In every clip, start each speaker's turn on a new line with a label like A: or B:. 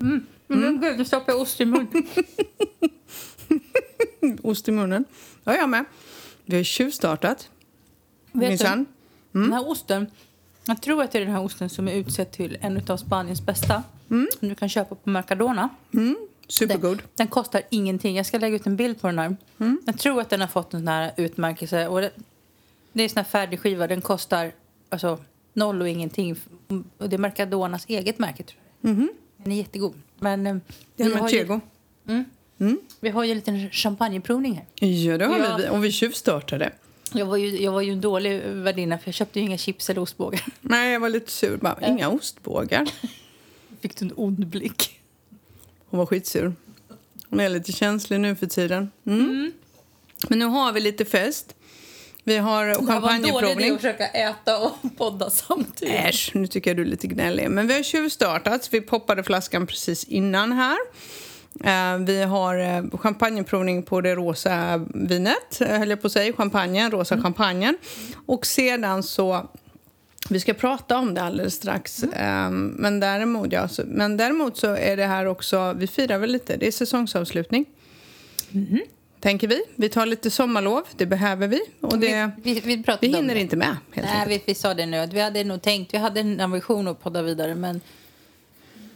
A: Mm.
B: Men gud, nu stoppar jag ost i munnen.
A: Ost i munnen. Ja, jag med. Vi har tjuvstartat.
B: du?
A: Minsann.
B: Den här osten, jag tror att det är den här osten som är utsedd till en av Spaniens bästa. Som du kan köpa på Mercadona.
A: Mm. Supergod. Mm.
B: Den kostar ingenting. Jag ska lägga ut en bild på den här. Jag tror att den har fått en sån här utmärkelse. Och det, det är en sån här färdigskiva. Den kostar alltså, noll och ingenting. Och det är Mercadonas eget märke, tror jag. Den är jättegod. Men eh,
A: Mm-hmm. Det här med
B: har ju,
A: Tego.
B: vi har ju en liten champagneprovning här.
A: Ja, det har
B: Ja.
A: vi. Och vi tjuvstartade.
B: Jag var, ju, jag var ju en dålig värdinna, för jag köpte ju inga chips eller ostbågar.
A: Nej, jag var lite sur. Bara, inga ostbågar.
B: Fick du en ond blick?
A: Hon var skitsur. Hon är lite känslig nu för tiden. Mm. Men nu har vi lite fest. Vi har
B: Det var en dålig idé
A: champagneprovning.
B: att försöka äta och podda samtidigt.
A: Äsch, nu tycker jag du är lite gnällig. Men vi har tjuvstartat, så vi poppade flaskan precis innan här. Eh, Vi har eh, champagneprovning på det rosa vinet, eh, höll jag på att säga. Champagnen, rosa champagnen. Och sedan så... Vi ska prata om det alldeles strax. Eh, Men, däremot, ja, så, men däremot så är det här också... Vi firar väl lite. Det är säsongsavslutning. Mm-hmm. Tänker vi. Vi tar lite sommarlov. Det behöver vi. Och det,
B: vi, vi, vi pratade
A: vi
B: om
A: hinner
B: det.
A: inte med, helt
B: Nej,
A: enkelt.
B: vi, vi sa det nu. Att vi hade nog tänkt, vi hade en ambition att podda vidare men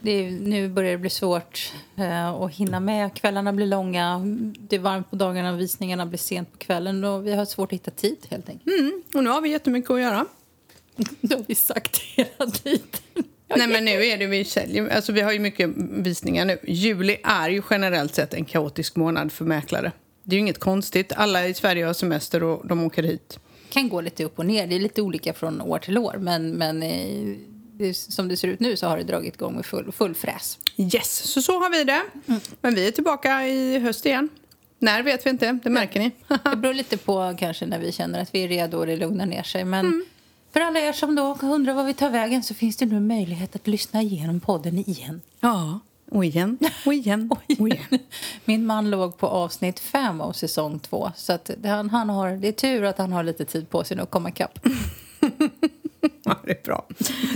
B: det, är- nu börjar det bli svårt eh, att hinna med. Kvällarna blir långa, det är varmt på dagarna, visningarna blir sent på kvällen och vi har svårt att hitta tid helt enkelt.
A: Mm, och nu har vi jättemycket att göra.
B: Det har vi sagt hela tiden.
A: Nej men nu är det vi säljer, alltså vi har ju mycket visningar nu. Juli är ju generellt sett en kaotisk månad för mäklare. Det är ju inget konstigt, alla i Sverige har semester och de åker hit.
B: kan gå lite upp och ner. Det är lite olika från år till år. Men, men eh, det, är- som det ser ut nu så har det dragit igång med full, full fräs.
A: Yes, så så har vi det. Men vi är tillbaka i höst igen. När vet vi inte, det märker ni.
B: Det beror lite på kanske när vi känner att vi är redo och det lugnar ner sig. Men för alla er som då undrar vad vi tar vägen så finns det nu möjlighet att lyssna igenom podden igen.
A: ja, och igen, och igen, och
B: Oh
A: igen.
B: Min man låg på avsnitt fem av säsong två. Så att han, han har, det är tur att han har lite tid på sig nu att komma ikapp.
A: Ja, det är bra.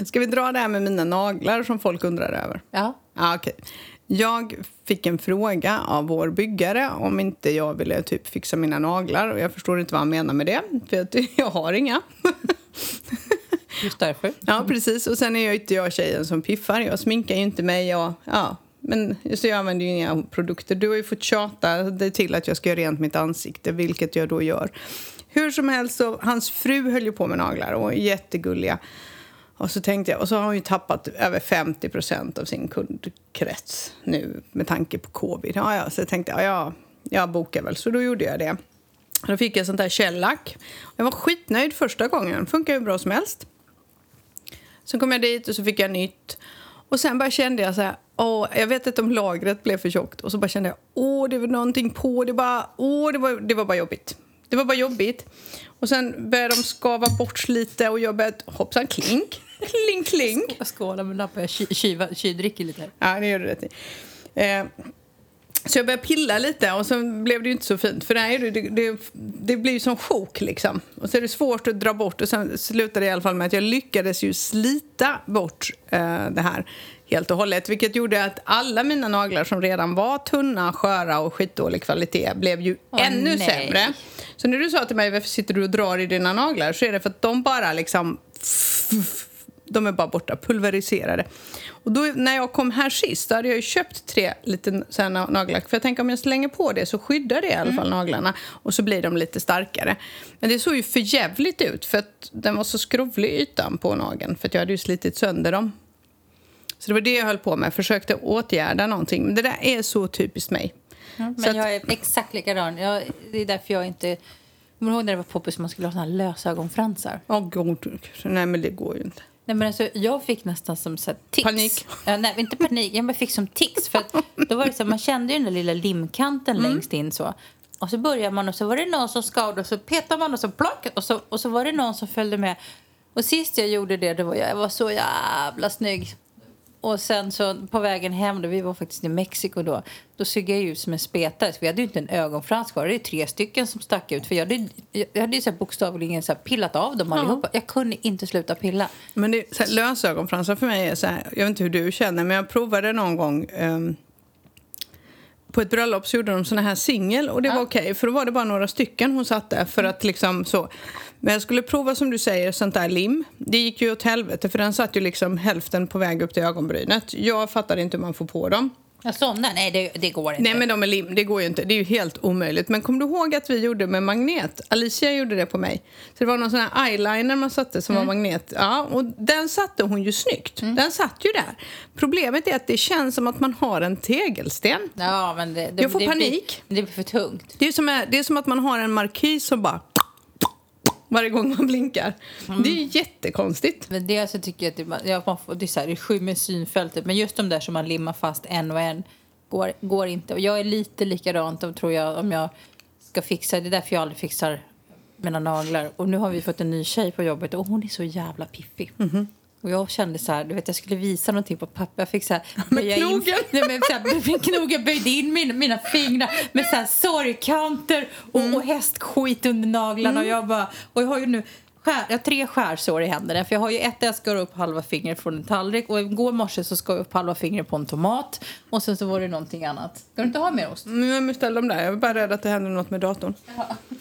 A: Ska vi dra det här med mina naglar som folk undrar över?
B: Ja.
A: Ja, okej. Jag fick en fråga av vår byggare om inte jag ville typ fixa mina naglar. Och jag förstår inte vad han menar med det, för att jag har inga.
B: Just därför.
A: Ja, precis. Och sen är jag inte jag tjejen som piffar. Jag sminkar ju inte mig. Jag, ja. Men så jag använder ju inga produkter. Du har ju fått tjata dig till att jag ska göra rent mitt ansikte, vilket jag då gör. Hur som helst, så, hans fru höll ju på med naglar och är jättegulliga. Och så tänkte jag, och så har hon ju tappat över 50 procent av sin kundkrets nu med tanke på covid. Ja, ja, så jag tänkte jag, ja, jag bokar väl. Så då gjorde jag det. Då fick jag sånt där shellack. Jag var skitnöjd första gången. Funkar ju bra som helst. Sen kom jag dit och så fick jag nytt. Och sen bara kände jag så här, åh, jag vet inte om lagret blev för tjockt. Och så bara kände jag, åh, det var någonting på, det, bara, åh, det, var, det var bara jobbigt. Det var bara jobbigt. Och sen började de skava bort lite och jag började, hoppsan, klink, klink, klink.
B: Jag skålar med lappar, jag ky, kyva- kyldricker lite.
A: Ja, det gör du rätt i. Eh, så jag började pilla lite och sen blev det ju inte så fint. För det, här är ju- det, det, det blir ju som chok liksom. Och så är det svårt att dra bort. Och sen slutade det i alla fall med att jag lyckades ju slita bort eh, det här helt och hållet. Vilket gjorde att alla mina naglar som redan var tunna, sköra och skitdålig kvalitet blev ju
B: Åh,
A: ännu
B: nej.
A: sämre. Så när du sa till mig varför sitter du och drar i dina naglar så är det för att de bara liksom de är bara borta, pulveriserade. Och då, när jag kom här sist då hade jag ju köpt tre lite så här na- nagellack. För jag tänker om jag slänger på det så skyddar det i
B: Mm.
A: alla fall naglarna och så blir de lite starkare. Men det såg ju för jävligt ut för att den var så skrovlig ytan på nageln för att jag hade ju slitit sönder dem. Så det var det jag höll på med, försökte åtgärda någonting. Men det där är så typiskt mig. Så
B: Men
A: att-
B: jag är exakt likadan. Jag, det är därför jag inte... Kommer du ihåg när det var poppis att man skulle ha såna här lösögonfransar?
A: Åh god, nej men det går ju inte.
B: Nej, men alltså, jag fick nästan som så här, tics.
A: Panik.
B: Ja, nej, inte panik. Jag bara fick som tics. För att då var det så här, man kände ju den där lilla limkanten längst in. så. Och så började man och så var det någon som skavde och så petade man och så plock och så, och så var det någon som följde med. Och sist jag gjorde det, det var jag, jag var så jävla snygg. Och sen så på vägen hem, då, vi var faktiskt i Mexiko då, då såg jag ut som en spetare. Så vi hade ju inte en ögonfrans kvar. Det är tre stycken som stack ut. För jag hade, jag hade ju så här bokstavligen så här pillat av dem allihopa. Jag kunde inte sluta pilla.
A: Men det, så här, lösögonfransar för mig är så här, jag vet inte hur du känner, men jag provade någon gång ehm, på ett bröllop så gjorde de såna här singel och det var okej för då var det bara några stycken hon satte för att liksom så. Men jag skulle prova som du säger sånt där lim. Det gick ju åt helvete för den satt ju liksom hälften på väg upp till ögonbrynet. Jag fattade inte hur man får på dem.
B: Jag somnade. Nej, det, det går inte.
A: Nej men de är lim, det går ju inte. Det är ju helt omöjligt. Men kommer du ihåg att vi gjorde med magnet? Alicia gjorde det på mig. Så det var någon sån här eyeliner man satte som var magnet. Ja, och den satte hon ju snyggt. Den satt ju där. Problemet är att det känns som att man har en tegelsten.
B: Ja, men det, det,
A: Jag får
B: det
A: panik.
B: Blir, det blir för tungt.
A: Det är, som, det är som att man har en markis som bara varje gång man blinkar. Det är ju jättekonstigt.
B: Men det så tycker jag att det, man- ja, man får, det, är så här, det skymmer synfältet. Men just de där som man limmar fast en och en går, går inte. Och jag är lite likadant om, tror jag, om jag ska fixa. Det är därför jag aldrig fixar mina naglar. Och nu har vi fått en ny tjej på jobbet och hon är så jävla piffig.
A: Mhm.
B: Och jag kände så här, du vet jag skulle visa någonting på papper. Jag fick så här, böja in-
A: knogen.
B: Nej, men så här, med knogen böjde in mina, mina fingrar med så här sorgkanter och, och hästskit under naglarna. Och jag bara, och jag har ju nu skär, jag har tre skärsår i händerna. För jag har ju ett där jag skar upp halva fingret från en tallrik. Och igår morse så skar jag upp halva fingret på en tomat. Och sen så var det någonting annat. Ska du inte ha mer ost?
A: Nu har jag ställt dem där. Jag är bara rädd att det händer något med datorn.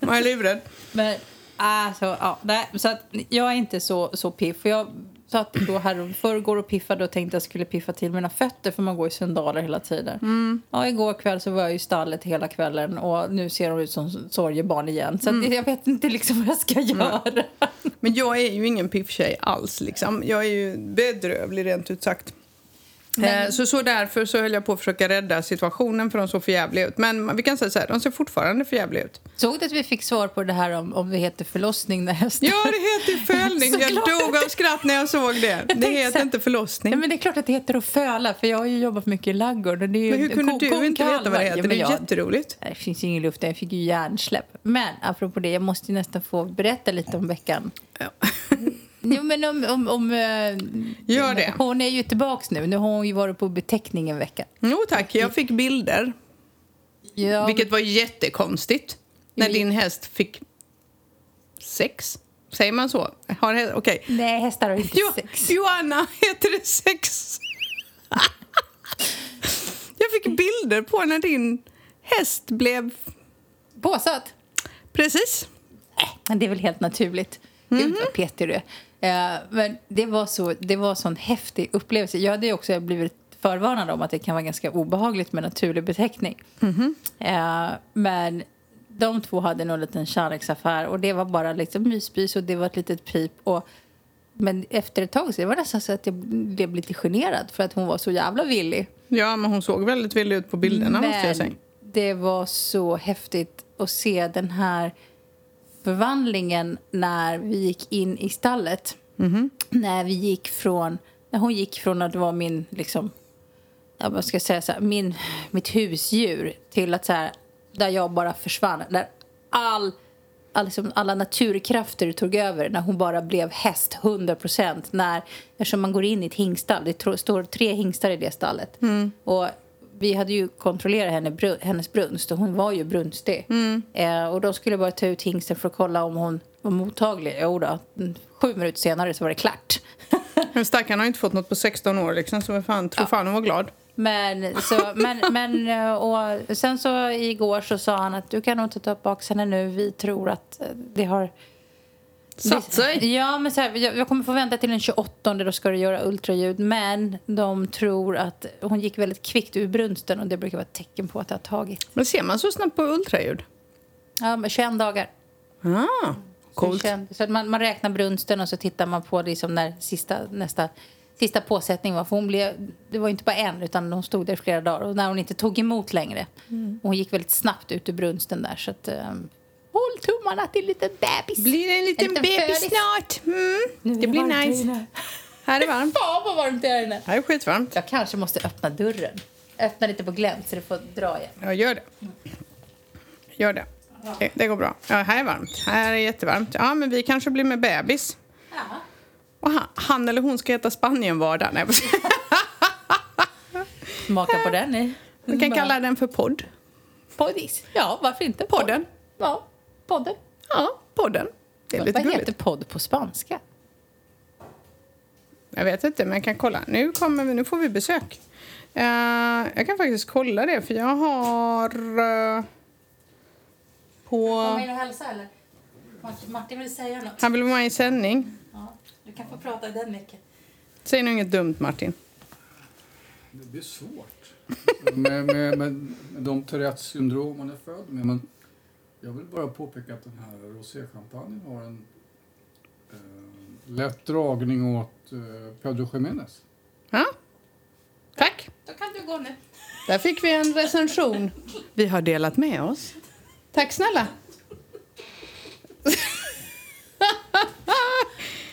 A: jag är livrädd.
B: Men alltså, ja, nej, så att jag är inte så, så piff. För jag satt då här och förrgår och piffade och tänkte att jag skulle piffa till mina fötter för man går i sandaler hela tiden. Ja, igår kväll så var jag i stallet hela kvällen och nu ser de ut som sorgebarn igen. Så att jag vet inte liksom vad jag ska göra.
A: Men jag är ju ingen pifftjej alls. Liksom. Jag är ju bedrövlig, rent ut sagt. Eh, Så, så därför så höll jag på att försöka rädda situationen för de såg för jävliga ut. Men vi kan säga så här, de ser fortfarande för jävliga ut.
B: Såg du att vi fick svar på det här om, om det heter förlossning när hästen...
A: Ja, det heter följning. Jag
B: Såklart.
A: dog av skratt när jag såg det. Det
B: tänkte så
A: heter
B: här-
A: inte förlossning.
B: Nej, men det är klart att det heter att föla, för jag har ju jobbat mycket i ladugården. och Det är ju
A: Men hur kunde
B: ko-
A: du inte veta vad
B: konkalvar.
A: det
B: Ja,
A: heter?
B: men
A: Det är
B: jag-
A: jätteroligt.
B: Nej, Det finns ju ingen luft där, jag fick ju hjärnsläpp. Men apropå det, jag måste ju nästan få berätta lite om veckan. Jo, men om... om, om eh,
A: Gör det.
B: Hon är ju tillbaks nu. Nu har hon ju varit på beteckning en vecka.
A: Jo tack, jag fick bilder.
B: Ja,
A: Vilket var jättekonstigt. När
B: men-
A: din häst fick sex. Säger man så? Har hä- Okej.
B: Nej, hästar har inte
A: Jo,
B: sex.
A: Johanna, heter det sex? jag fick bilder på när din häst blev...
B: Påsatt?
A: Precis.
B: Nej, Äh, men det är väl helt naturligt. Gud, vad petig du är. Eh, Men det var så, det var sån häftig upplevelse. Jag hade ju också blivit förvarnad om att det kan vara ganska obehagligt med naturlig beteckning. Eh, Men de två hade nog en liten kärleksaffär och det var bara liksom mysbys och det var ett litet pip. Och men efter ett tag så det var nästan så att jag blev lite generad för att hon var så jävla villig.
A: Ja, men hon såg väldigt villig ut på bilderna måste jag säga.
B: det var så häftigt att se den här förvandlingen när vi gick in i stallet.
A: Mhm.
B: När vi gick från... När hon gick från att vara min... Liksom, ja, vad ska jag säga så här, min, mitt husdjur till att så här, där jag bara försvann. Där all, all, liksom, alla naturkrafter tog över när hon bara blev häst 100 procent. Eftersom man går in i ett hingstall, det tro- står tre hingstar i det stallet. Och vi hade ju kontrollerat henne, bru- hennes brunst och hon var ju brunstig. Eh, och de skulle bara ta ut hingsten för att kolla om hon var mottaglig. Jo då, sju minuter senare så var det klart.
A: Men Stackarn har ju inte fått något på 16 år liksom, så vad fan, tror fan hon var glad.
B: Men, så, men, men eh, och sen så igår så sa han att du kan nog inte ta upp baksena nu. Vi tror att eh, det har...
A: Satt sig.
B: Ja, men så här, jag, jag kommer få vänta till den 28 då ska du göra ultraljud. Men de tror att hon gick väldigt kvickt ur brunsten och det brukar vara ett tecken på att det har tagit.
A: Men ser man så snabbt på ultraljud?
B: Ja, men 21 dagar.
A: Ah, coolt.
B: 21 Så att man, man räknar brunsten och så tittar man på liksom när sista, nästa, sista påsättning var. För hon blev, det var ju inte bara en, utan hon stod där i flera dagar. Och när hon inte tog emot längre. Och hon gick väldigt snabbt ut ur brunsten där. Så att, ehm, håll tummarna till liten bebis.
A: Blir det en liten,
B: En liten
A: bebis
B: födis.
A: snart? Mm.
B: Nu är
A: Det blir
B: varmt här
A: nice.
B: inne.
A: Här är varmt.
B: Fan vad varmt det är här inne.
A: Här är skitvarmt.
B: Jag kanske måste öppna dörren. Öppna lite på glänt så det får dra igen.
A: Ja, gör det. Gör det. Det, det går bra. Ja, här är varmt. Här är jättevarmt. Ja, men vi kanske blir med bebis. Och han, han eller hon ska heta Spanien vardag. Nej,
B: Smaka på den ni.
A: vi kan kalla den för podd.
B: Poddis. Ja, varför inte? Podd.
A: Podden.
B: Ja, podden.
A: Ja, podden. Det är lite
B: Vad
A: gulligt.
B: heter podd på spanska?
A: Jag vet inte, men jag kan kolla. Nu, kommer vi, nu får vi besök. Eh, jag kan faktiskt kolla det, för jag har... eh, på...
B: in och hälsa eller? Martin, Martin vill säga något.
A: Han vill vara med i sändning.
B: Ja, du kan få prata i den micken.
A: Säg nu inget dumt, Martin.
C: Det blir svårt. med, med, med de Tourettes syndrom man är född med. Men jag vill bara påpeka att den här roséchampagnen har en eh, lätt dragning åt eh, Pedro Jiménez.
A: Ja. Tack.
B: Då kan du gå nu.
A: Där fick vi en recension. Vi har delat med oss. Tack snälla.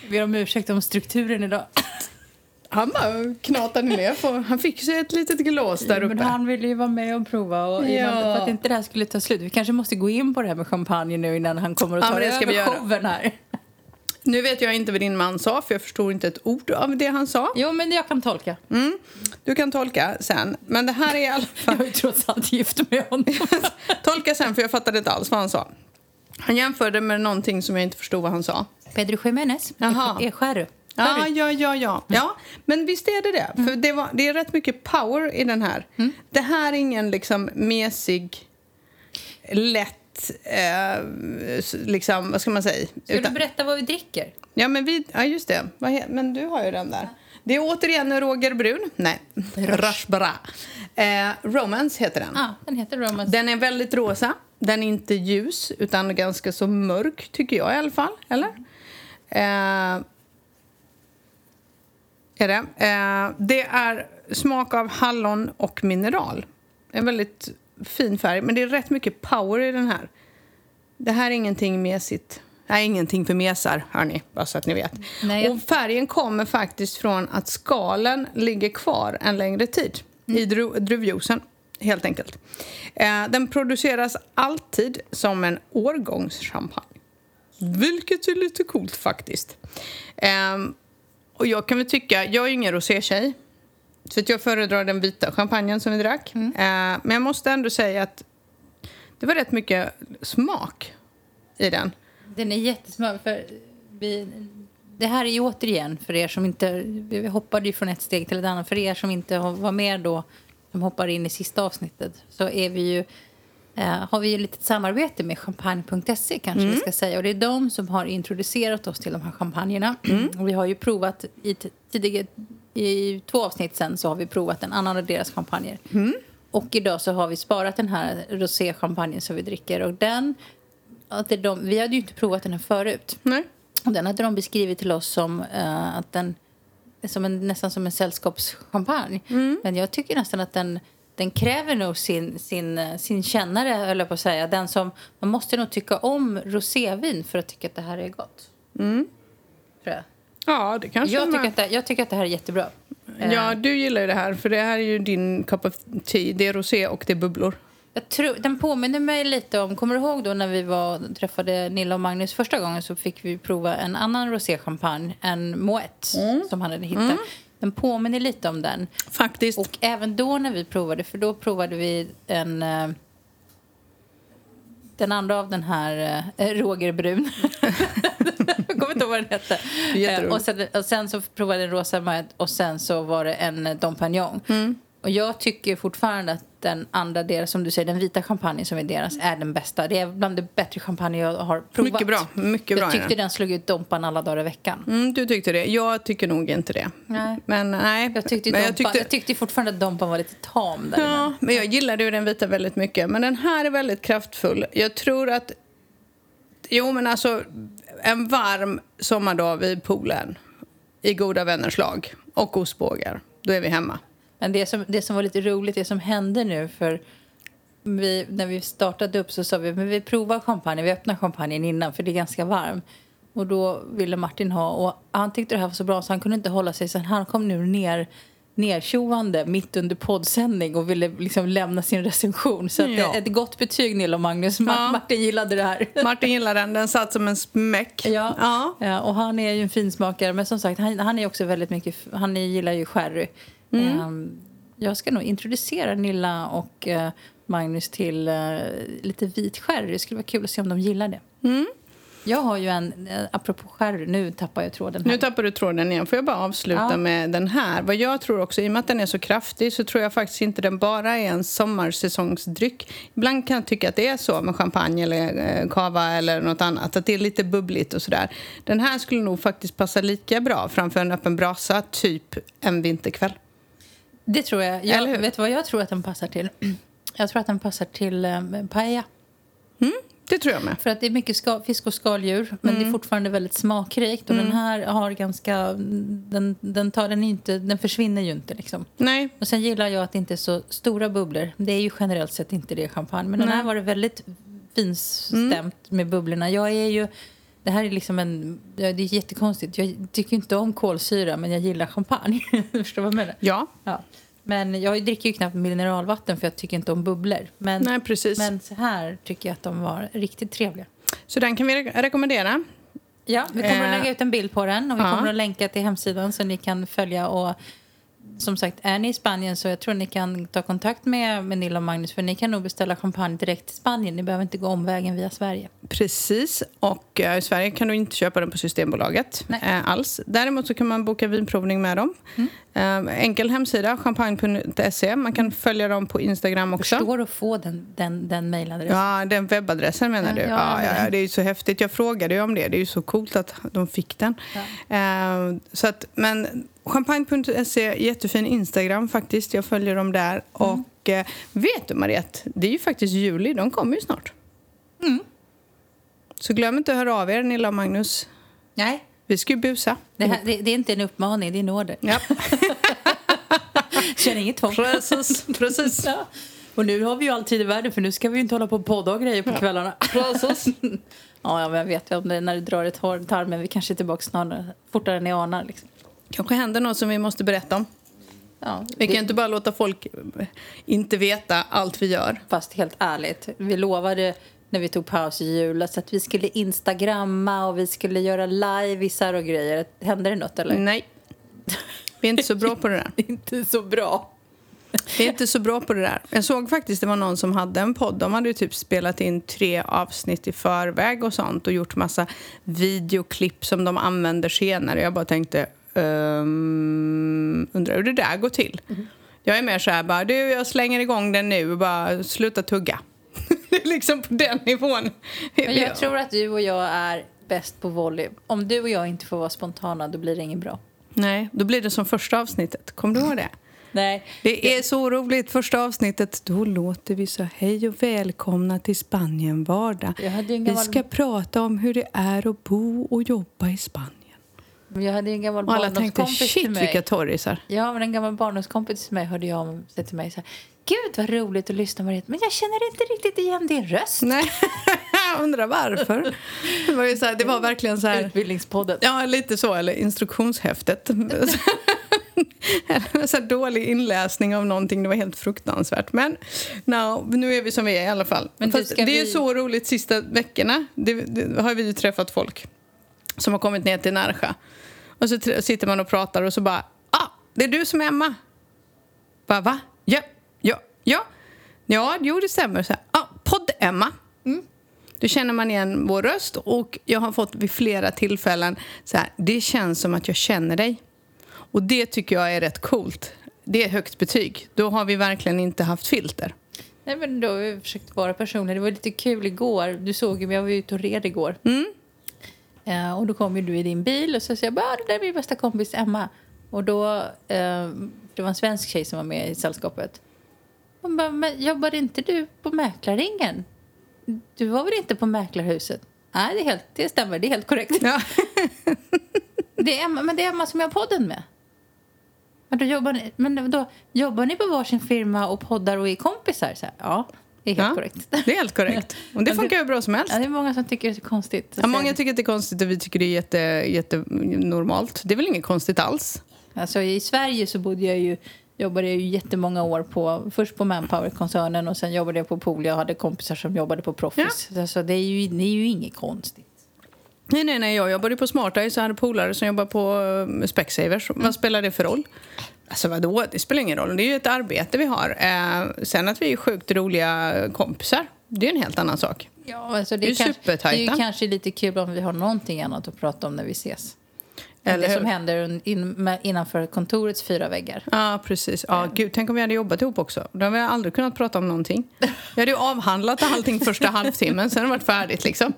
B: Vi ber om ursäkt om strukturen idag.
A: Han bara knatade ner. På. Han fick sig ett litet glas där
B: Men
A: uppe.
B: han ville ju vara med och prova. Och innan,
A: Ja.
B: För att inte det här skulle ta slut. Vi kanske måste gå in på det här med champagne nu innan han kommer och
A: Ja,
B: tar
A: men det ska vi
B: över
A: göra.
B: showen här.
A: Nu vet jag inte vad din man sa, för jag förstod inte ett ord av det han sa.
B: Jo, men jag kan tolka.
A: Mm. Du kan tolka sen. Men det här är i alla
B: Jag
A: fall...
B: är ju trots allt gift med honom.
A: Tolka sen, för jag fattade inte alls vad han sa. Han jämförde med någonting som jag inte förstod vad han sa.
B: Pedro Jiménez.
A: Jaha.
B: Är Mm. skärru.
A: Ja, ja, ja, ja. ja men visst är det det. För det, var, det är rätt mycket power i den här.
B: Mm.
A: Det här är ingen liksom mesig, lätt, eh, s- liksom, vad ska man säga?
B: Ska du
A: Utan-
B: berätta vad vi dricker?
A: ja, men vi, ja, just det. Vad he, men du har ju den där. Det är återigen Roger Brun. Nej, Rashbara. Eh, Romance heter den.
B: Ja, den heter Romance.
A: Den är väldigt rosa. Den är inte ljus, utan ganska så mörk, tycker jag i alla fall. Eller? Eh, är det. Eh, det är smak av hallon och mineral. En väldigt fin färg, men det är rätt mycket power i den här. Det här är ingenting mesigt. Nej, ingenting för mesar, hörni, bara så att ni vet.
B: Nej, jag-
A: Och färgen kommer faktiskt från att skalen ligger kvar en längre tid i dru- druvjuicen, helt enkelt. Eh, den produceras alltid som en årgångschampagne. Vilket är lite coolt faktiskt. Ehm, och jag kan väl tycka, jag är ju ingen rosétjej. Så att jag föredrar den vita champagnen som vi drack.
B: Mm.
A: Ehm, men jag måste ändå säga att det var rätt mycket smak i den.
B: Den är jättesmart. För vi, det här är ju återigen för er som inte... Vi hoppade ju från ett steg till ett annat. För er som inte har- var med då, som hoppar in i sista avsnittet, så är vi ju, eh, har vi ju ett litet samarbete med champagne.se kanske vi ska säga. Och det är de som har introducerat oss till de här champagnerna. Och vi har ju provat i t- tidigare... I två avsnitt sen så har vi provat en annan av deras champagner. Och idag så har vi sparat den här roséchampagnen som vi dricker. Och den att det är de, vi hade ju inte provat den här förut.
A: Nej.
B: Och den hade de beskrivit till oss som, eh, att den, som en, nästan som en sällskapschampagne. Men jag tycker nästan att den, den kräver nog sin, sin, eh, sin kännare, höll jag på att säga. Den som, man måste nog tycka om rosévin för att tycka att det här är gott. Tror jag.
A: Mm. Ja, det kanske
B: Jag,
A: man-
B: tycker att det, jag tycker att det här är jättebra. Eh,
A: Ja, du gillar ju det här, för det här är ju din cup of tea. Det är rosé och det är bubblor.
B: Jag tror, den påminner mig lite om... Kommer du ihåg då när vi var, träffade Nilla och Magnus första gången så fick vi prova en annan roséchampagne, en Moët, som han hade hittat. Den påminner lite om den.
A: Faktiskt.
B: Och även då när vi provade, för då provade vi en... eh, Den andra av den här, eh, Roger Brun. Jag kommer inte ihåg vad den hette.
A: jätteroligt.
B: Eh, och, sen, och sen så provade jag en rosa Moët och sen så var det en eh, Dom Pignon. Och jag tycker fortfarande att den andra, deras, som du säger, den vita champagnen som är deras, är den bästa. Det är bland det bättre champagne jag har provat.
A: Mycket bra. Mycket bra
B: jag
A: är
B: tyckte
A: den.
B: den slog ut Dompan alla dagar i veckan.
A: Mm, du tyckte det. Jag tycker nog inte det.
B: Nej.
A: Men eh, nej.
B: Jag tyckte,
A: men
B: dompan, jag, tyckte... fortfarande att Dompan var lite tam där emellan.
A: Ja, men jag gillade ju den vita väldigt mycket. Men den här är väldigt kraftfull. Jag tror att... Jo, men alltså en varm sommardag vid poolen i goda vänners lag och ostbågar, då är vi hemma.
B: Men det som, det som var lite roligt, det som hände nu för vi, när vi startade upp så sa vi men vi provar champagne, vi öppnar champagnen innan för det är ganska varm. Och då ville Martin ha och han tyckte det här var så bra så han kunde inte hålla sig så han kom nu ner nertjoande mitt under poddsändning och ville liksom lämna sin recension. Så att
A: Ja.
B: ett gott betyg, Nilla och Magnus. Ma-
A: Ja.
B: Martin gillade det här.
A: Martin gillar den. Den satt som en smäck.
B: Ja.
A: ja.
B: Ja, och han är ju en finsmakare, men som sagt, han, han är också väldigt mycket... Han gillar ju sherry.
A: Mm.
B: Ehm, jag ska nog introducera Nilla och eh, Magnus till eh, lite vit sherry. Det skulle vara kul att se om de gillar det.
A: Mm.
B: Jag har ju en... Eh, apropå sherry, nu tappar jag tråden. Här.
A: Nu tappar du tråden igen. Får jag bara avsluta
B: Ja.
A: med den här? Vad jag tror också, i och med att den är så kraftig så tror jag faktiskt inte den bara är en sommarsäsongsdryck. Ibland kan jag tycka att det är så med champagne eller eh, cava eller något annat. Att det är lite bubbligt och sådär. Den här skulle nog faktiskt passa lika bra framför en öppen brasa, typ en vinterkväll.
B: det tror jag.
A: Eller hur?
B: jag vet du vad jag tror att den passar till? Jag tror att den passar till eh, paella.
A: Det tror jag med.
B: För att det är mycket ska, fisk och skaldjur, men
A: Mm.
B: det är fortfarande väldigt smakrikt. Och den här har ganska... mm, Den, den, tar, den, är inte, den försvinner ju inte. Liksom.
A: Nej,
B: Och sen gillar jag att det inte är så stora bubblor. Det är ju generellt sett inte det i champagne. Men den här var det väldigt finstämt med bubblorna. Jag är ju... Det här är liksom en... ja, Det är jättekonstigt. Jag tycker inte om kolsyra, men jag gillar champagne. Förstår du vad jag menar?
A: ja,
B: Ja. Men jag dricker ju knappt mineralvatten för jag tycker inte om bubblor. Men,
A: nej precis.
B: men så här tycker jag att de var riktigt trevliga.
A: Så den kan vi re- rekommendera.
B: Ja, vi kommer
A: Eh,
B: att lägga ut en bild på den och vi
A: ja.
B: kommer att länka till hemsidan så ni kan följa och som sagt, är ni i Spanien så jag tror ni kan ta kontakt med, med Nilla och Magnus för ni kan nog beställa champagne direkt till Spanien. Ni behöver inte gå omvägen via Sverige.
A: Precis. Och eh, i Sverige kan du inte köpa den på Systembolaget
B: Nej.
A: eh, alls. Däremot så kan man boka vinprovning med dem.
B: Mm.
A: Eh, enkel hemsida, champagne.se. Man kan följa dem på Instagram också.
B: Förstår att få den, den, den mejladressen.
A: Ja, den webbadressen menar
B: Ja,
A: du?
B: jag
A: Ja,
B: använder
A: ja, ja,
B: den.
A: det är ju så häftigt. Jag frågade ju om det. Det är ju så coolt att de fick den. Eh, så att, men champagne.se, jättefin Instagram faktiskt. Jag följer dem där.
B: Mm.
A: Och eh, vet du Mariette, det är ju faktiskt juli. De kommer ju snart.
B: Mm.
A: Så glöm inte att höra av er, Nilla och Magnus.
B: Nej,
A: Vi ska ju busa.
B: det, här, det, det är inte en uppmaning, det är en order.
A: Ja,
B: Känn inget tvång.
A: precis. Precis.
B: Ja. Och nu har vi ju all tid i världen för nu ska vi ju inte hålla på och podda och grejer på kvällarna.
A: Precis.
B: Ja, ja, men jag vet ju om det när du drar ett hår i tarmen, vi kanske är tillbaka snarare, fortare än ni anar. Liksom.
A: Kanske händer något som vi måste berätta om.
B: Ja,
A: Vi kan ju inte bara låta folk eh, inte veta allt vi gör.
B: Fast helt ärligt, vi lovade när vi tog paus i jul alltså att vi skulle instagramma och vi skulle göra liveisar och grejer. Hände det något eller?
A: Nej. Vi är inte så bra på det där.
B: Inte så bra.
A: Vi är inte så bra på det där. Jag såg faktiskt det var någon som hade en podd. De hade ju typ spelat in tre avsnitt i förväg och sånt och gjort massa videoklipp som de använder senare. Jag bara tänkte, ehm, undrar hur det där går till?
B: Mhm.
A: Jag är mer så här bara, du jag slänger igång den nu och bara sluta tugga. Det är liksom på den nivån.
B: Men jag tror att du och jag är bäst på volley. Om du och jag inte får vara spontana då blir det inget bra.
A: Nej, då blir det som första avsnittet. Kommer du ihåg det?
B: Nej,
A: Det är så roligt. Första avsnittet, då låter vi så hej och välkomna till Spanien vardag.
B: Jag hade ju en
A: Vi
B: gammal-
A: ska prata om hur det är att bo och jobba i Spanien.
B: men jag hade ju en gammal
A: Och alla tänkte,
B: barndomskompis till
A: shit vilka
B: mig.
A: torrisar.
B: Ja, men en gammal barndomskompis till mig hörde jag om sig till mig så här. Gud vad roligt att lyssna på det. Men jag känner inte riktigt igen din röst.
A: Nej, undrar varför. Det var, ju så här, det var verkligen så här...
B: Utbildningspodden.
A: Ja, lite så. Eller instruktionshäftet. Eller så här dålig inläsning av någonting. Det var helt fruktansvärt. Men no, nu är vi som vi är i alla fall.
B: Men du,
A: Fast det
B: ska
A: är ju
B: vi-
A: så roligt sista veckorna. Det, det, har vi ju träffat folk som har kommit ner till Närsjö. Och så tr- sitter man och pratar och så bara... Ah, det är du som är Emma. Bara, va? Ja, ja, ja. Ja, jo, det stämmer. Så här, ah, podd-Emma.
B: Mm.
A: Då känner man igen vår röst och jag har fått vid flera tillfällen så här, det känns som att jag känner dig. Och det tycker jag är rätt coolt. Det är högt betyg. Då har vi verkligen inte haft filter.
B: Nej, men då har vi försökt vara personliga. Det var lite kul igår. Du såg ju mig, jag var ju ute och red igår. Eh, och då kom ju du i din bil och så sa jag bara, "Ah, det där är min bästa kompis Emma. Och då, eh, det var en svensk tjej som var med i sällskapet. Hon bara, men jobbade inte du på Mäklarringen? Du var väl inte på Mäklarhuset? Nej, det, är helt, det stämmer, det är helt korrekt.
A: Ja.
B: Det är Emma, men det är Emma som jag har podden med. Men då jobbar ni, men då, jobbar ni på varsin firma och poddar och är kompisar? Så här, ja, det är helt
A: Ja,
B: korrekt.
A: Det är helt korrekt. Och det
B: Men
A: funkar ju bra som helst.
B: Ja, det är många som tycker det är så konstigt.
A: Ja, många tycker att det är konstigt och vi tycker det är jätte, jättenormalt. Det är väl inget konstigt alls?
B: Alltså, I Sverige så bodde jag ju, jobbade jag ju jättemånga år på, först på Manpower-koncernen och sen jobbade jag på Poolia och hade kompisar som jobbade på Proffice. Alltså, det, är ju, det är ju inget konstigt.
A: Nej, nej, nej. Jag jobbade ju på Smarteye så jag hade polare som jobbade på eh, Specsavers.
B: Mm.
A: Vad spelar det för roll? Alltså vadå, det spelar ingen roll. Det är ju ett arbete vi har. Eh, sen att vi är sjukt roliga kompisar, det är en helt annan sak.
B: Ja, alltså,
A: Det är ju
B: kanske, det är ju
A: supertajta.
B: kanske lite kul om vi har någonting annat att prata om när vi ses.
A: Eller
B: Eller det som
A: hur?
B: händer un- in, med- innanför kontorets fyra väggar.
A: Ja, precis. Ja, gud, tänk om vi hade jobbat ihop också. Då hade vi aldrig kunnat prata om någonting. Jag hade ju avhandlat allting första halvtimmen, sen har det varit färdigt liksom.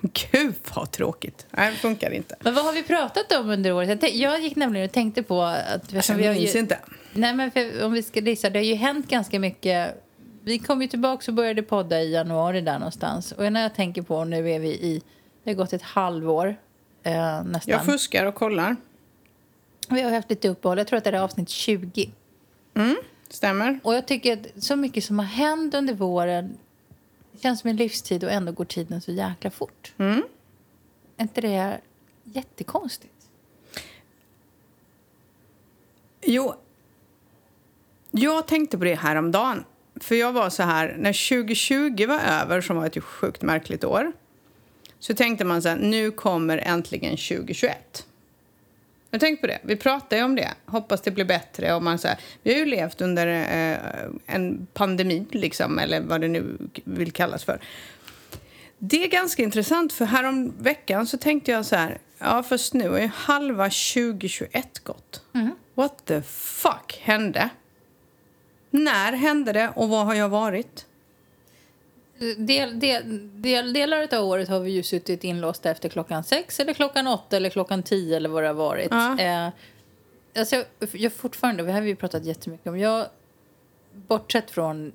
A: Gud vad tråkigt. Nej, det funkar inte.
B: Men vad har vi pratat om under året? Jag, tänk- jag gick nämligen och tänkte på att...
A: Alltså,
B: vi har
A: jag minns
B: ju,
A: inte.
B: nej men för, om vi ska lista, det har ju hänt ganska mycket. Vi kom ju tillbaka och började podda i januari där någonstans. Och när jag tänker på, nu är vi i... Det har gått ett halvår eh, nästan.
A: Jag fuskar och kollar.
B: Vi har haft lite uppehåll. Jag tror att det är avsnitt 20.
A: Stämmer?
B: Och jag tycker att så mycket som har hänt under våren det känns som en livstid och ändå går tiden så jäkla fort.
A: Mm.
B: Är inte det jättekonstigt?
A: Jo. Jag tänkte på det här om dagen. För jag var så här, när 2020 var över, som var ett sjukt märkligt år, så tänkte man så här, nu kommer äntligen 2021. Men tänk på det, vi pratar ju om det. Hoppas det blir bättre. Och man, så här, vi har ju levt under eh, en pandemi, liksom, eller vad det nu vill kallas för. Det är ganska intressant, för härom veckan så tänkte jag så här... Ja, först nu är ju halva 2021 gått. What the fuck hände? När hände det och var har jag varit?
B: Del, del, del, delar av året har vi ju suttit inlåsta efter klockan sex eller klockan åtta eller klockan tio eller vad det har varit.
A: Ja.
B: Eh, alltså, jag fortfarande, det här har vi ju pratat jättemycket om. Jag, bortsett från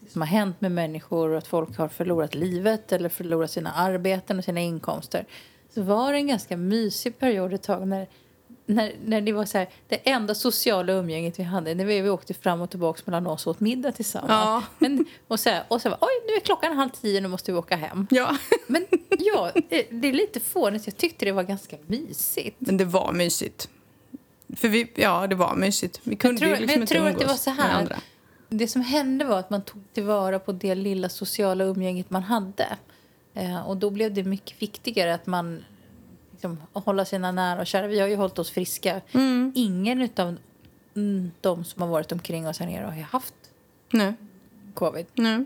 B: det som har hänt med människor och att folk har förlorat livet eller förlorat sina arbeten och sina inkomster så var det en ganska mysig period ett tag när, när, när det var så här, det enda sociala umgänget vi hade när vi, vi åkte fram och tillbaka mellan oss och åt middag tillsammans.
A: Ja.
B: Men, och så här, och så var oj nu är klockan halv tio, nu måste vi åka hem.
A: Ja.
B: Men ja, eh, det är lite fånigt. Jag tyckte det var ganska mysigt.
A: Men det var mysigt. För vi, ja, det var mysigt. Vi kunde
B: tror-
A: ju
B: men jag
A: liksom inte
B: tror att det
A: umgås
B: var så
A: med
B: här.
A: andra.
B: Det som hände var att man tog tillvara på det lilla sociala umgänget man hade. Eh, och då blev det mycket viktigare att man liksom, hålla sina nära och kära. Vi har ju hållit oss friska. Ingen av mm, de som har varit omkring oss här nere har ju haft
A: Nej,
B: covid.
A: nej.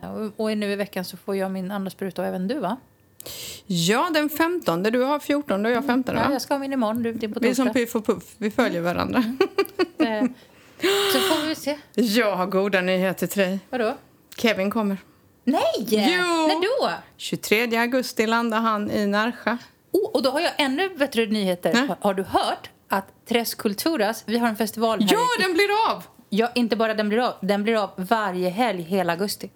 B: Ja, och, och nu i veckan så får jag min andra spruta och även du va?
A: Ja, den 15. Du har 14 och jag 15,
B: Ja,
A: va?
B: jag ska ha min imorgon, du din på
A: Vi är som
B: torsdag.
A: Piff och Puff. Vi följer varandra.
B: Eh, så får vi se.
A: Jag har goda nyheter till dig.
B: Vadå?
A: Kevin kommer.
B: Nej!
A: Jo!
B: När då?
A: 23 augusti landar han i Närsjö.
B: Oh, och då har jag ännu bättre nyheter.
A: Nej.
B: Har, har du hört att Tres Culturas, vi har en festival här.
A: Ja,
B: i-
A: den blir av!
B: ja, inte bara den blir av, den blir av varje helg hela augusti.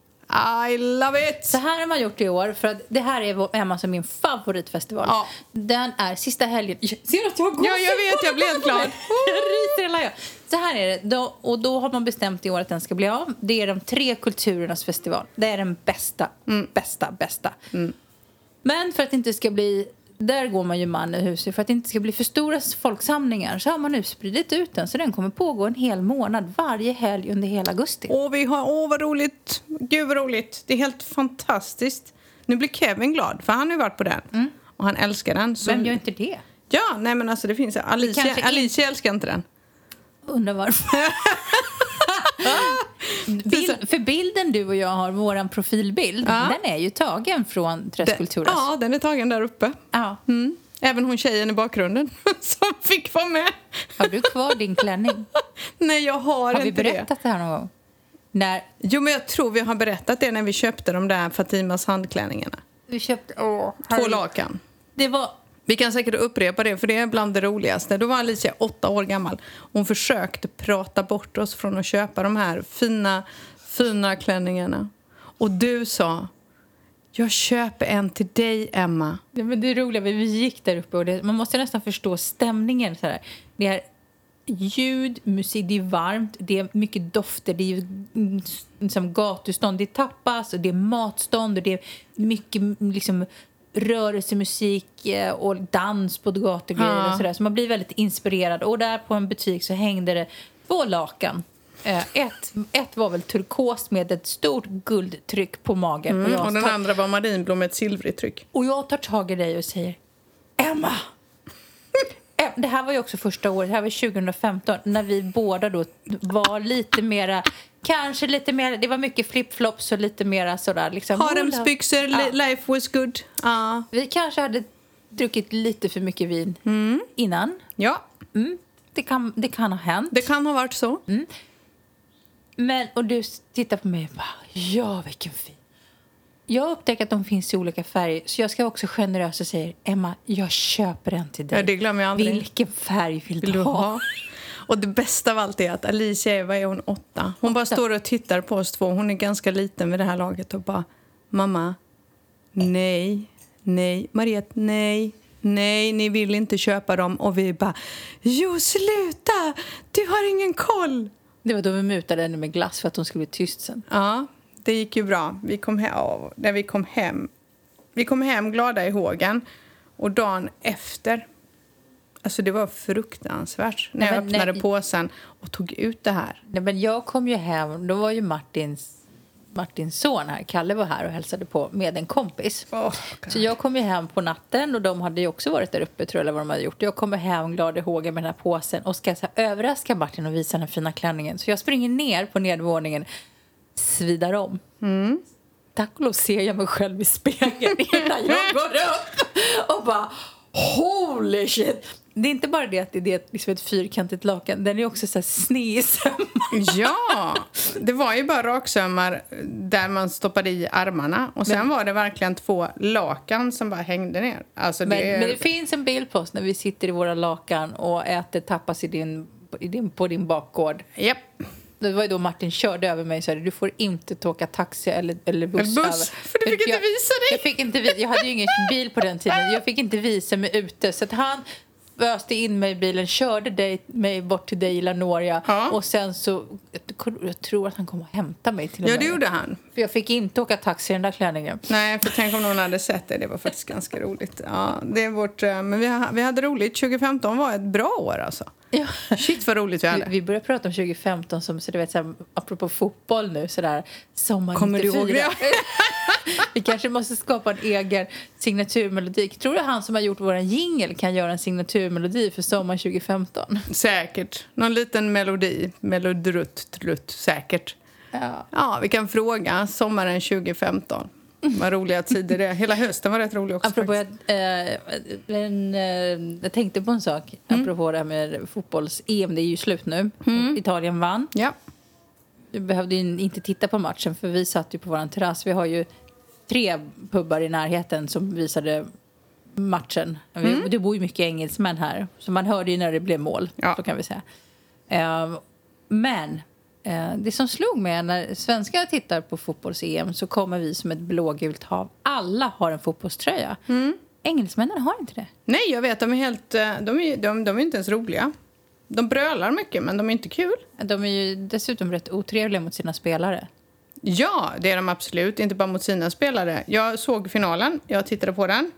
A: I love it!
B: Så här har man gjort i år, för att det här är vår- Emmas och min favoritfestival.
A: Ja.
B: Den är sista helgen. Jag ser att jag går
A: Ja, jag vet, jag blev helt glad.
B: Jag ryser hela jag. Så här är det, då, och då har man bestämt i år att den ska bli av. Det är de tre kulturernas festival. Det är den bästa,
A: Mm.
B: bästa, bästa. Men för att det inte ska bli... Där går man ju man i huset. För att det inte ska bli för stora folksamlingar så har man nu spridit ut den. Så den kommer pågå en hel månad varje helg under hela augusti.
A: Åh, vi har, åh, vad roligt! Gud, vad roligt! Det är helt fantastiskt. Nu blir Kevin glad, för han har ju varit på den. Och han älskar den. Så...
B: Mm. Vem gör inte det?
A: Ja, nej men alltså det finns... Alicia,
B: kanske är-
A: Alicia älskar inte den.
B: Undrar varför. Bild, för bilden du och jag har, vår profilbild,
A: Ja.
B: den är ju tagen från Tres Culturas.
A: ja, den är tagen där uppe.
B: Ja.
A: Mm. Även hon tjejen i bakgrunden som fick vara med.
B: Har du kvar din klänning?
A: Nej, jag har,
B: Har vi
A: inte det.
B: berättat det här någon gång? När
A: Jo, men jag tror vi har berättat det när vi köpte de där Fatimas handklänningarna.
B: vi köpte... Åh,
A: Två lakan.
B: Det var...
A: Vi kan säkert upprepa det, för det är bland det roligaste. Då var Alicia åtta år gammal. Hon försökte prata bort oss från att köpa de här fina, fina klänningarna. Och du sa, jag köper en till dig, Emma.
B: Ja, men det roliga, vi vi gick där uppe och det, man måste nästan förstå stämningen. Så här. Det är ljud, musik, det är varmt, det är mycket dofter, det är ju, mm, som gatustånd, det är tapas, och det är matstånd och det är mycket mm, liksom, rörelsemusik eh, och dans på gatugrejer
A: Ja.
B: och sådär. Så man blir väldigt inspirerad. Och där på en butik så hängde det två lakan. Eh, ett, ett var väl turkost med ett stort guldtryck på magen. och,
A: Mm,
B: jag
A: och den
B: tar,
A: andra var marinblå med ett silvrigt tryck.
B: och jag tar tag i dig och säger Emma! Em- Det här var ju också första året, det här var 2015, när vi båda då var lite mera, kanske lite mer, det var mycket flipflops och lite mera sådär liksom.
A: Haremsbyxor, li-
B: Ja.
A: life was good. Ja.
B: Vi kanske hade druckit lite för mycket vin
A: Mm.
B: innan.
A: ja,
B: Mm. Det, kan, det kan ha hänt.
A: det kan ha varit så.
B: Men, och du s- tittar på mig och bara, ja vilken fin. Jag har upptäckt att de finns i olika färger, så jag ska också generös och säger Emma, jag köper en till dig.
A: Ja, det glömmer jag aldrig.
B: Vilken färg vill,
A: Vill du ha? Och det bästa av allt är att Alicia är, vad är hon, åtta? Hon bara står och tittar på oss två. Hon är ganska liten vid det här laget och bara, mamma, nej, nej, Mariette, nej, nej, ni vill inte köpa dem. Och vi bara, jo, sluta, du har ingen koll.
B: Det var då vi mutade henne med glass för att hon skulle bli tyst sen.
A: Ja, det gick ju bra. Vi kom he- ja, när vi kom hem. Vi kom hem glada i hågen. Och dagen efter... Alltså det var fruktansvärt. När jag
B: Nej, men
A: öppnade
B: nej.
A: påsen och tog ut det här.
B: Nej, men jag kom ju hem, då var ju Martins, Martins son här, Kalle var här och hälsade på med en kompis.
A: Åh,
B: så jag kom ju hem på natten och de hade ju också varit där uppe tror jag, eller vad de hade gjort. Jag kommer hem glad i hågen med den här påsen och ska så här, överraska Martin och visa den här fina klänningen. Så jag springer ner på nedervåningen, svidar om. Tack och lov ser jag mig själv i spegeln innan jag går upp och bara holy shit. Det är inte bara det att det är ett- liksom ett fyrkantigt lakan, den är också så här sned i sömmarna.
A: Ja! Det var ju bara raksömmar där man stoppade i armarna. Och sen var det verkligen två lakan som bara hängde ner. Alltså det,
B: Men, men det finns en bild på oss när vi sitter i våra lakan och äter tapas i din, i din, på din bakgård.
A: Japp.
B: Det var ju då Martin körde över mig och sa du får inte ta åka taxi eller, eller buss.
A: Eller buss,
B: över.
A: för du fick inte
B: jag,
A: visa dig.
B: Jag, fick inte, vi- jag hade ju ingen bil på den tiden. Jag fick inte visa mig ute. Så att han öste in mig i bilen, körde dig, mig bort till dig i Lanoria
A: Ja.
B: och sen så... Jag tror att han kom och hämtade mig till och
A: Ja,
B: med.
A: det gjorde han.
B: För jag fick inte åka taxi i den där klänningen.
A: Nej, för tänk om någon hade sett det. Det var faktiskt ganska roligt. Ja, det är vårt, eh, men vi, ha- vi hade roligt. 2015 var ett bra år alltså.
B: Ja.
A: Shit vad roligt vi
B: Vi,
A: hade.
B: vi börjar prata om 2015, som, så du vet, så här, apropå fotboll nu, sådär, sommar
A: Kommer du
B: 94.
A: ihåg det?
B: vi kanske måste skapa en egen signaturmelodi. Tror du han som har gjort vår jingel kan göra en signaturmelodi för sommar 2015?
A: Säkert. Någon liten melodi. Melodrutt, trutt, säkert.
B: Ja.
A: Ja, vi kan fråga. Sommaren 2015. Vad roliga tider det är. Hela hösten var rätt rolig också.
B: Apropå,
A: faktiskt.
B: jag, eh, men, eh, jag tänkte på en sak
A: Mm.
B: apropå det här med fotbolls-EM. Det är ju slut nu. Italien vann.
A: Ja.
B: Du behövde ju inte titta på matchen för vi satt ju på våran terrass. Vi har ju tre pubbar i närheten som visade matchen. Vi, det bor ju mycket engelsmän här, så man hörde ju när det blev mål.
A: Ja.
B: Så kan vi säga. Eh, men eh, det som slog mig när svenskar tittar på fotbolls-EM så kommer vi som ett blågult hav. Alla har en fotbollströja. Engelsmännen har inte det.
A: Nej, jag vet. De är, helt, eh, de, är, de, de är inte ens roliga. De brölar mycket, men de är inte kul.
B: De är ju dessutom rätt otrevliga mot sina spelare.
A: Ja, det är de absolut. Inte bara mot sina spelare. Jag såg finalen, jag tittade på den.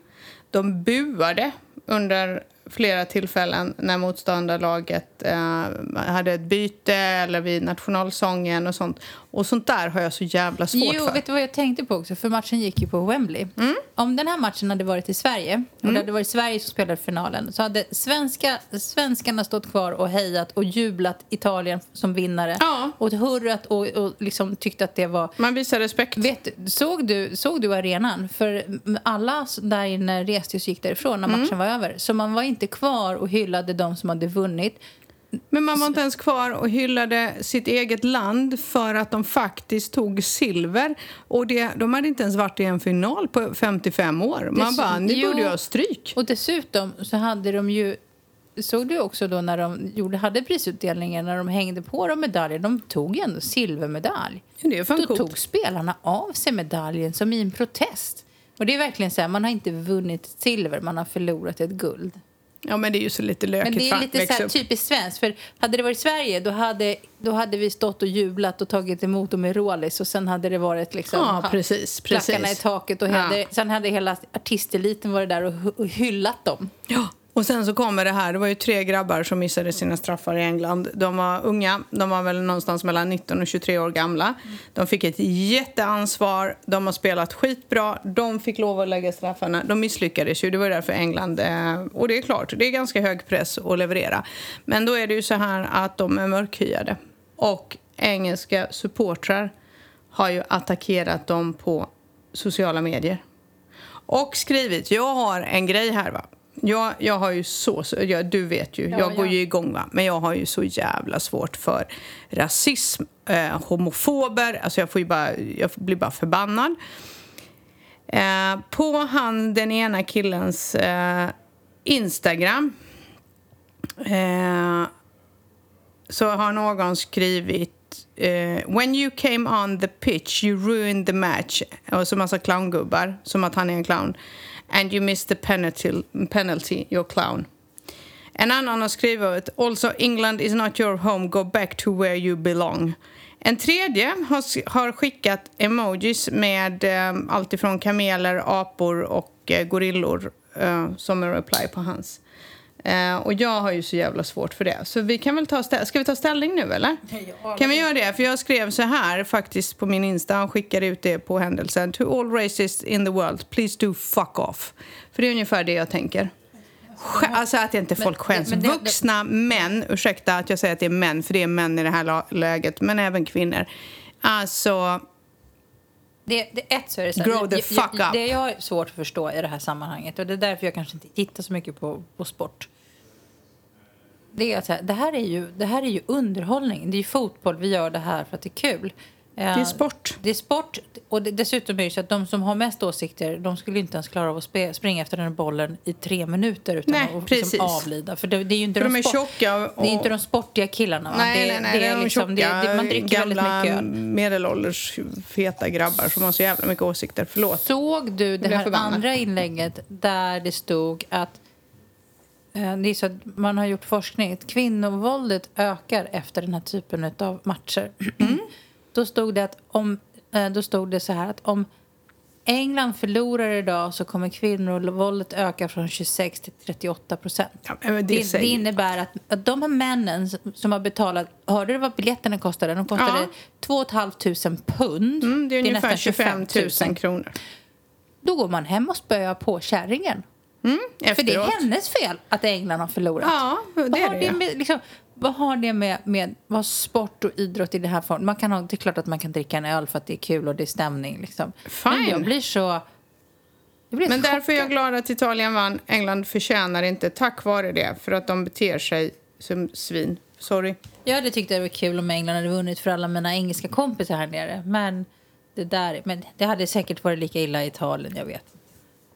A: De buade under flera tillfällen när motståndarlaget eh, hade ett byte eller vid nationalsången och sånt. Och sånt där har jag så jävla svårt
B: Jo,
A: för. Mm.
B: vet du vad jag tänkte på också? För matchen gick ju på Wembley. Om den här matchen hade varit i Sverige och det hade varit Sverige som spelade finalen så hade svenska, svenskarna stått kvar och hejat och jublat Italien som vinnare.
A: Ja.
B: Och hurrat och, och liksom tyckte att det var...
A: Man visar respekt.
B: Vet, du, såg, du, såg du arenan? För alla där inne reste och gick därifrån
A: Mm.
B: när matchen var över. Så man var inte kvar och hyllade de som hade vunnit.
A: Men man var inte ens kvar och hyllade sitt eget land för att de faktiskt tog silver. Och det, de hade inte ens varit i en final på 55 år. Man
B: Det-
A: bara, ni
B: jo.
A: borde ju ha stryk.
B: Och dessutom så hade de ju... Såg du också då när de gjorde, hade prisutdelningen, när de hängde på dem medaljer? De tog ju ändå silvermedalj.
A: Det är fan
B: Då
A: coolt.
B: tog spelarna av sig medaljen som i en protest. Och det är verkligen så här, man har inte vunnit silver, man har förlorat ett guld.
A: Ja, men det är ju så lite lökigt.
B: Men det är
A: fan,
B: lite
A: växa
B: så här typ-
A: upp.
B: typiskt svenskt. För hade det varit Sverige då hade, då hade vi stått och jublat och tagit emot dem med rålis och sen hade det varit liksom
A: Ja, precis.
B: klackarna i
A: precis.
B: taket och
A: Ja.
B: hade, sen hade hela artisteliten varit där och, hu- och hyllat dem.
A: Ja. Och sen så kommer det här. Det var ju tre grabbar som missade sina straffar i England. De var unga. De var väl någonstans mellan 19 och 23 år gamla. De fick ett jätteansvar. De har spelat skitbra. De fick lov att lägga straffarna. De misslyckades ju. Det var ju därför England... eh, Och det är klart, det är ganska hög press att leverera. Men då är det ju så här att de är mörkhyade. Och engelska supportrar har ju attackerat dem på sociala medier och skrivit. Jag har en grej här va. Jag, jag har ju så, så jag, du vet ju,
B: Ja,
A: jag går
B: ja.
A: ju igång va. Men jag har ju så jävla svårt för rasism, eh, homofober, alltså jag får ju bara, jag blir bara förbannad. Eh, på han, den ena killens eh, Instagram eh, så har någon skrivit eh, When you came on the pitch you ruined the match. Och så massa clowngubbar, som att han är en clown. And you missed the penalty, penalty you're clown. En annan har skrivit Also England is not your home, go back to where you belong. En tredje har, s- har skickat emojis med eh, allt ifrån kameler, apor och eh, gorillor eh, som en reply på hans. Eh, och jag har ju så jävla svårt för det. Så vi kan väl ta stä- Ska vi ta ställning nu eller? Kan vi göra det? För jag skrev så här faktiskt på min Insta och skickade ut det på händelsen. To all racists in the world, please do fuck off. För det är ungefär det jag tänker. Skä- Alltså att inte folk skäms.
B: men det- det-
A: Vuxna män, ursäkta att jag säger att det är män, för det är män i det här la- läget, men även kvinnor. Alltså,
B: Det, det, ett så är det så här,
A: Grow the
B: jag-
A: fuck
B: jag,
A: up.
B: Det jag har svårt att förstå i det här sammanhanget och det är därför jag kanske inte tittar så mycket på, på sport. Det, är att så här, det, här är ju, det här är ju underhållning. Det är ju fotboll. Vi gör det här för att det är kul. Det
A: det är sport.
B: Det är sport. Och det, dessutom är det så att de som har mest åsikter de skulle inte ens klara av att spe, springa efter den här bollen i tre minuter utan
A: Nej,
B: att
A: precis.
B: liksom avlida. För det, det är ju inte
A: För de är
B: sport-
A: tjocka och...
B: Det är inte de sportiga killarna. Va?
A: Nej,
B: det,
A: nej, nej. Det är, de
B: liksom- det-
A: tjocka,
B: det- Man dricker
A: gamla,
B: väldigt mycket öl.
A: medelålders, feta grabbar som har så jävla mycket åsikter. Förlåt.
B: Såg du det
A: blev
B: här
A: förbannad.
B: andra inlägget där det stod att eh, det är så att man har gjort forskning att kvinnovåldet ökar efter den här typen av matcher.
A: Mm.
B: då stod det att om eh, då stod det så här att om England förlorar idag så kommer kvinnovåldet öka från 26 till 38 procent.
A: Ja, men det
B: Det, det
A: säger-
B: innebär att, att de här männen s- som har betalat... Hörde du vad biljetterna kostade? De kostade
A: Ja.
B: 2 500 pund.
A: Mm, det är ungefär
B: nästan
A: 25 000 kronor.
B: då går man hem och spöar på kärringen.
A: Efteråt.
B: För det är hennes fel att England har förlorat.
A: Ja,
B: vad,
A: det är
B: har
A: det.
B: det med, liksom, vad har det med, med vad har sport och idrott i det här formen? Man kan ha, det är klart att man kan dricka en öl för att det är kul och det är stämning. Liksom. Men
A: Fine.
B: jag blir så... Jag blir
A: Men
B: så
A: därför är jag
B: chockad.
A: glad att Italien vann. England förtjänar inte tack vare det, för att de beter sig som svin. Sorry.
B: Jag hade tyckt det var kul om England hade vunnit för alla mina engelska kompisar här nere. Men det, där, men det hade säkert varit lika illa i Italien, jag vet.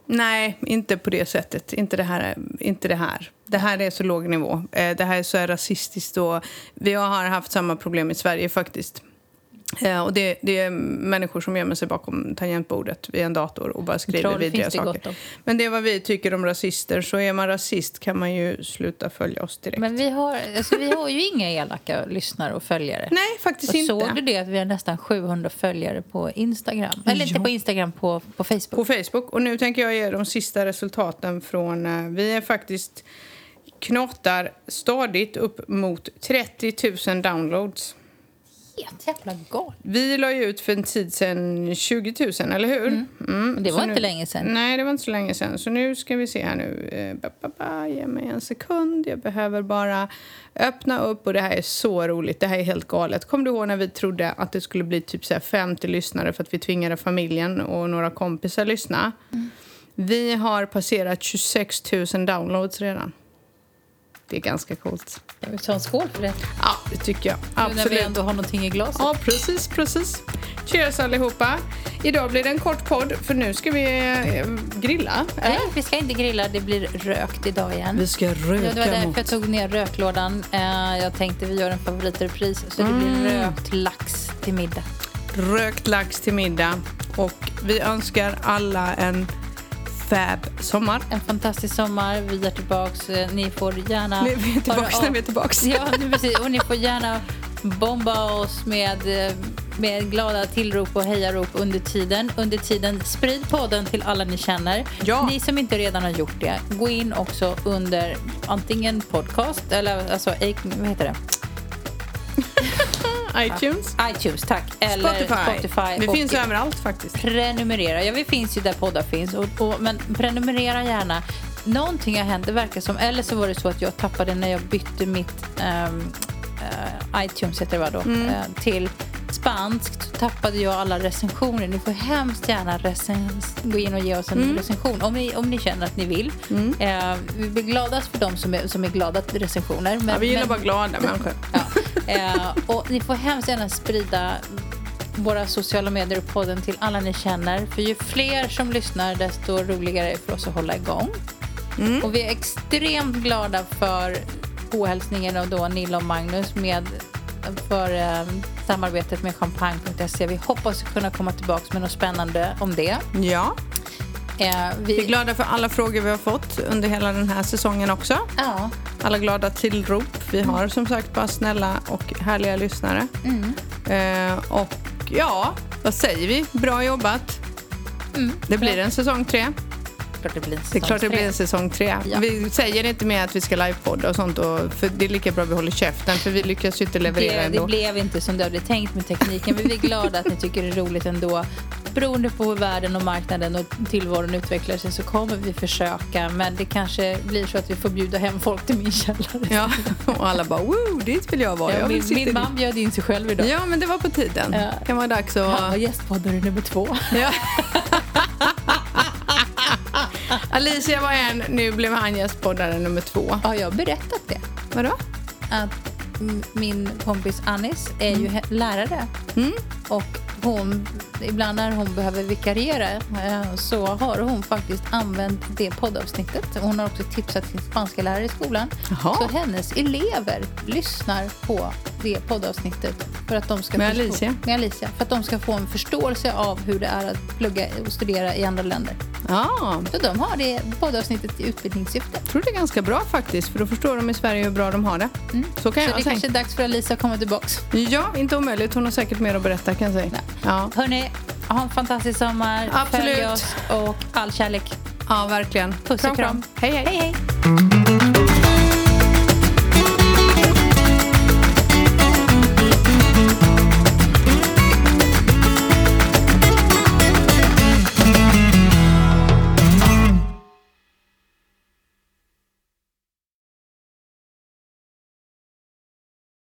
A: Nej, inte på det sättet. Inte det här. Inte det här. Det här är så låg nivå. Eh, Det här är så här rasistiskt. Och vi har haft samma problem i Sverige faktiskt. Eh, Och det, det är människor som gömmer sig bakom tangentbordet vid en dator och bara skriver
B: Troll
A: vidriga
B: finns det
A: saker.
B: gott om.
A: Men det är vad vi tycker om rasister. Så är man rasist kan man ju sluta följa oss direkt.
B: Men vi har, alltså, vi har ju inga elaka lyssnare och följare.
A: Nej, faktiskt
B: Och
A: inte.
B: såg du det att vi har nästan 700 följare på Instagram? Eller inte
A: Ja.
B: på Instagram, på, på Facebook.
A: på Facebook. Och nu tänker jag ge de sista resultaten från... eh, Vi är faktiskt knotar stadigt upp mot 30 000 downloads.
B: Helt jävla galet.
A: Vi la ju ut för en tid sedan 20 000, eller hur? Mm.
B: Och det
A: så
B: var inte
A: nu,
B: länge sedan.
A: Nej, det var inte så länge sedan. Så nu ska vi se här nu. Eh, ba, ba, ba, ge mig en sekund. Jag behöver bara öppna upp och det här är så roligt. Det här är helt galet. Kommer du ihåg när vi trodde att det skulle bli typ så här 50 lyssnare för att vi tvingade familjen och några kompisar lyssna?
B: Mm.
A: Vi har passerat 26 000 downloads redan. Det är ganska coolt.
B: Ska vi ta en skål för det? Nu
A: Ja, det tycker jag.
B: När vi
A: Absolut.
B: ändå har någonting i glaset.
A: Ja, precis, precis. Cheers allihopa. Idag blir det en kort podd för nu ska vi eh, grilla.
B: Nej, vi ska inte grilla. Det blir rökt idag igen.
A: ska
B: Ja, det var därför jag tog ner röklådan. Eh, jag tänkte vi gör en favoritrepris. Så det blir rökt lax till middag.
A: Rökt lax till middag och vi önskar alla en fab sommar.
B: En fantastisk sommar. Vi är tillbaks. Eh, Ni får gärna...
A: Nu är vi tillbaka
B: höra
A: när
B: av-
A: vi är tillbaka.
B: Ja, nu precis. Och ni får gärna bomba oss med, eh, med glada tillrop och hejarop under tiden. Under tiden, sprid podden till alla ni känner.
A: Ja.
B: Ni som inte redan har gjort det, gå in också under antingen podcast eller alltså, i- vad heter det?
A: iTunes,
B: iTunes, tack. Eller
A: Spotify.
B: Spotify
A: Vi
B: och
A: finns överallt faktiskt.
B: prenumerera. Ja, vi finns ju där poddar finns. Och, och, men prenumerera gärna. Någonting har hänt, det verkar som. Eller så var det så att jag tappade när jag bytte mitt ehm, eh, iTunes, heter det va då,
A: Mm.
B: eh, till spanskt. Så tappade jag alla recensioner. Ni får hemskt gärna recens- gå in och ge oss en
A: Mm.
B: recension om ni, om ni känner att ni vill. Eh, vi blir gladast för de som är, som är glada till recensioner. Men,
A: Ja, vi gillar
B: men-
A: bara glada människor.
B: Ja. Eh, och ni får hemskt gärna sprida våra sociala medier och podden till alla ni känner. För ju fler som lyssnar, desto roligare är det för oss att hålla igång.
A: Mm.
B: Och vi är extremt glada för påhälsningen av då Nilla och Magnus med för eh, samarbetet med champagne.se. Vi hoppas kunna komma tillbaka med något spännande om det.
A: Ja,
B: Eh,
A: vi är glada för alla frågor vi har fått under hela den här säsongen också.
B: Ja,
A: Alla glada tillrop.
B: Mm.
A: Vi har som sagt bara snälla och härliga lyssnare.
B: Mm.
A: Eh, och ja, vad säger vi? Bra jobbat.
B: Mm.
A: Det blir en säsong tre.
B: klart det blir en
A: Det är klart det
B: säsong
A: blir
B: tre.
A: en säsong tre.
B: Ja.
A: Vi säger inte mer att vi ska livepodda och sånt. Och, för det är lika bra vi håller käften för vi lyckas ju inte leverera
B: Det,
A: ändå.
B: det blev inte som du hade tänkt med tekniken, men vi är glada att ni tycker det är roligt ändå. Beroende på hur världen och marknaden och tillvaron utvecklar sig så kommer vi försöka, men det kanske blir så att vi får bjuda hem folk till min källare.
A: Ja, och alla bara wow, dit vill jag vara.
B: Ja,
A: jag vill
B: min,
A: sitta
B: min
A: dit."
B: man bjöd in sig själv idag.
A: Ja, men det var på tiden.
B: Ja.
A: Det kan vara dags att...
B: Han var gästpoddare nummer två.
A: Ja. Alicia var en, nu blev han gästpoddare nummer två.
B: Har jag berättat det?
A: Vadå?
B: Att m- min kompis Anis är
A: Mm.
B: ju he- lärare. Och hon, ibland när hon behöver vikariera eh, så har hon faktiskt använt det poddavsnittet. Hon har också tipsat sin spanska lärare i skolan.
A: Jaha.
B: Så hennes elever lyssnar på det poddavsnittet. För att de ska
A: Med
B: förstå-
A: Alicia?
B: Med Alicia. För att de ska få en förståelse av hur det är att plugga och studera i andra länder.
A: Ja,
B: Så de har det poddavsnittet i utbildningssyfte.
A: jag tror det är ganska bra faktiskt för då förstår de i Sverige hur bra de har det. Så kan
B: Mm. Så
A: jag
B: det kanske
A: tänka.
B: är dags för Alicia att komma tillbaka.
A: Ja, inte omöjligt. Hon har säkert mer att berätta kan jag säga.
B: Nej.
A: Ja.
B: Hörni, ha en fantastisk sommar.
A: Absolut.
B: Följ oss och all kärlek.
A: ja, verkligen.
B: Puss och kram.
A: Hej, hej.
B: hej.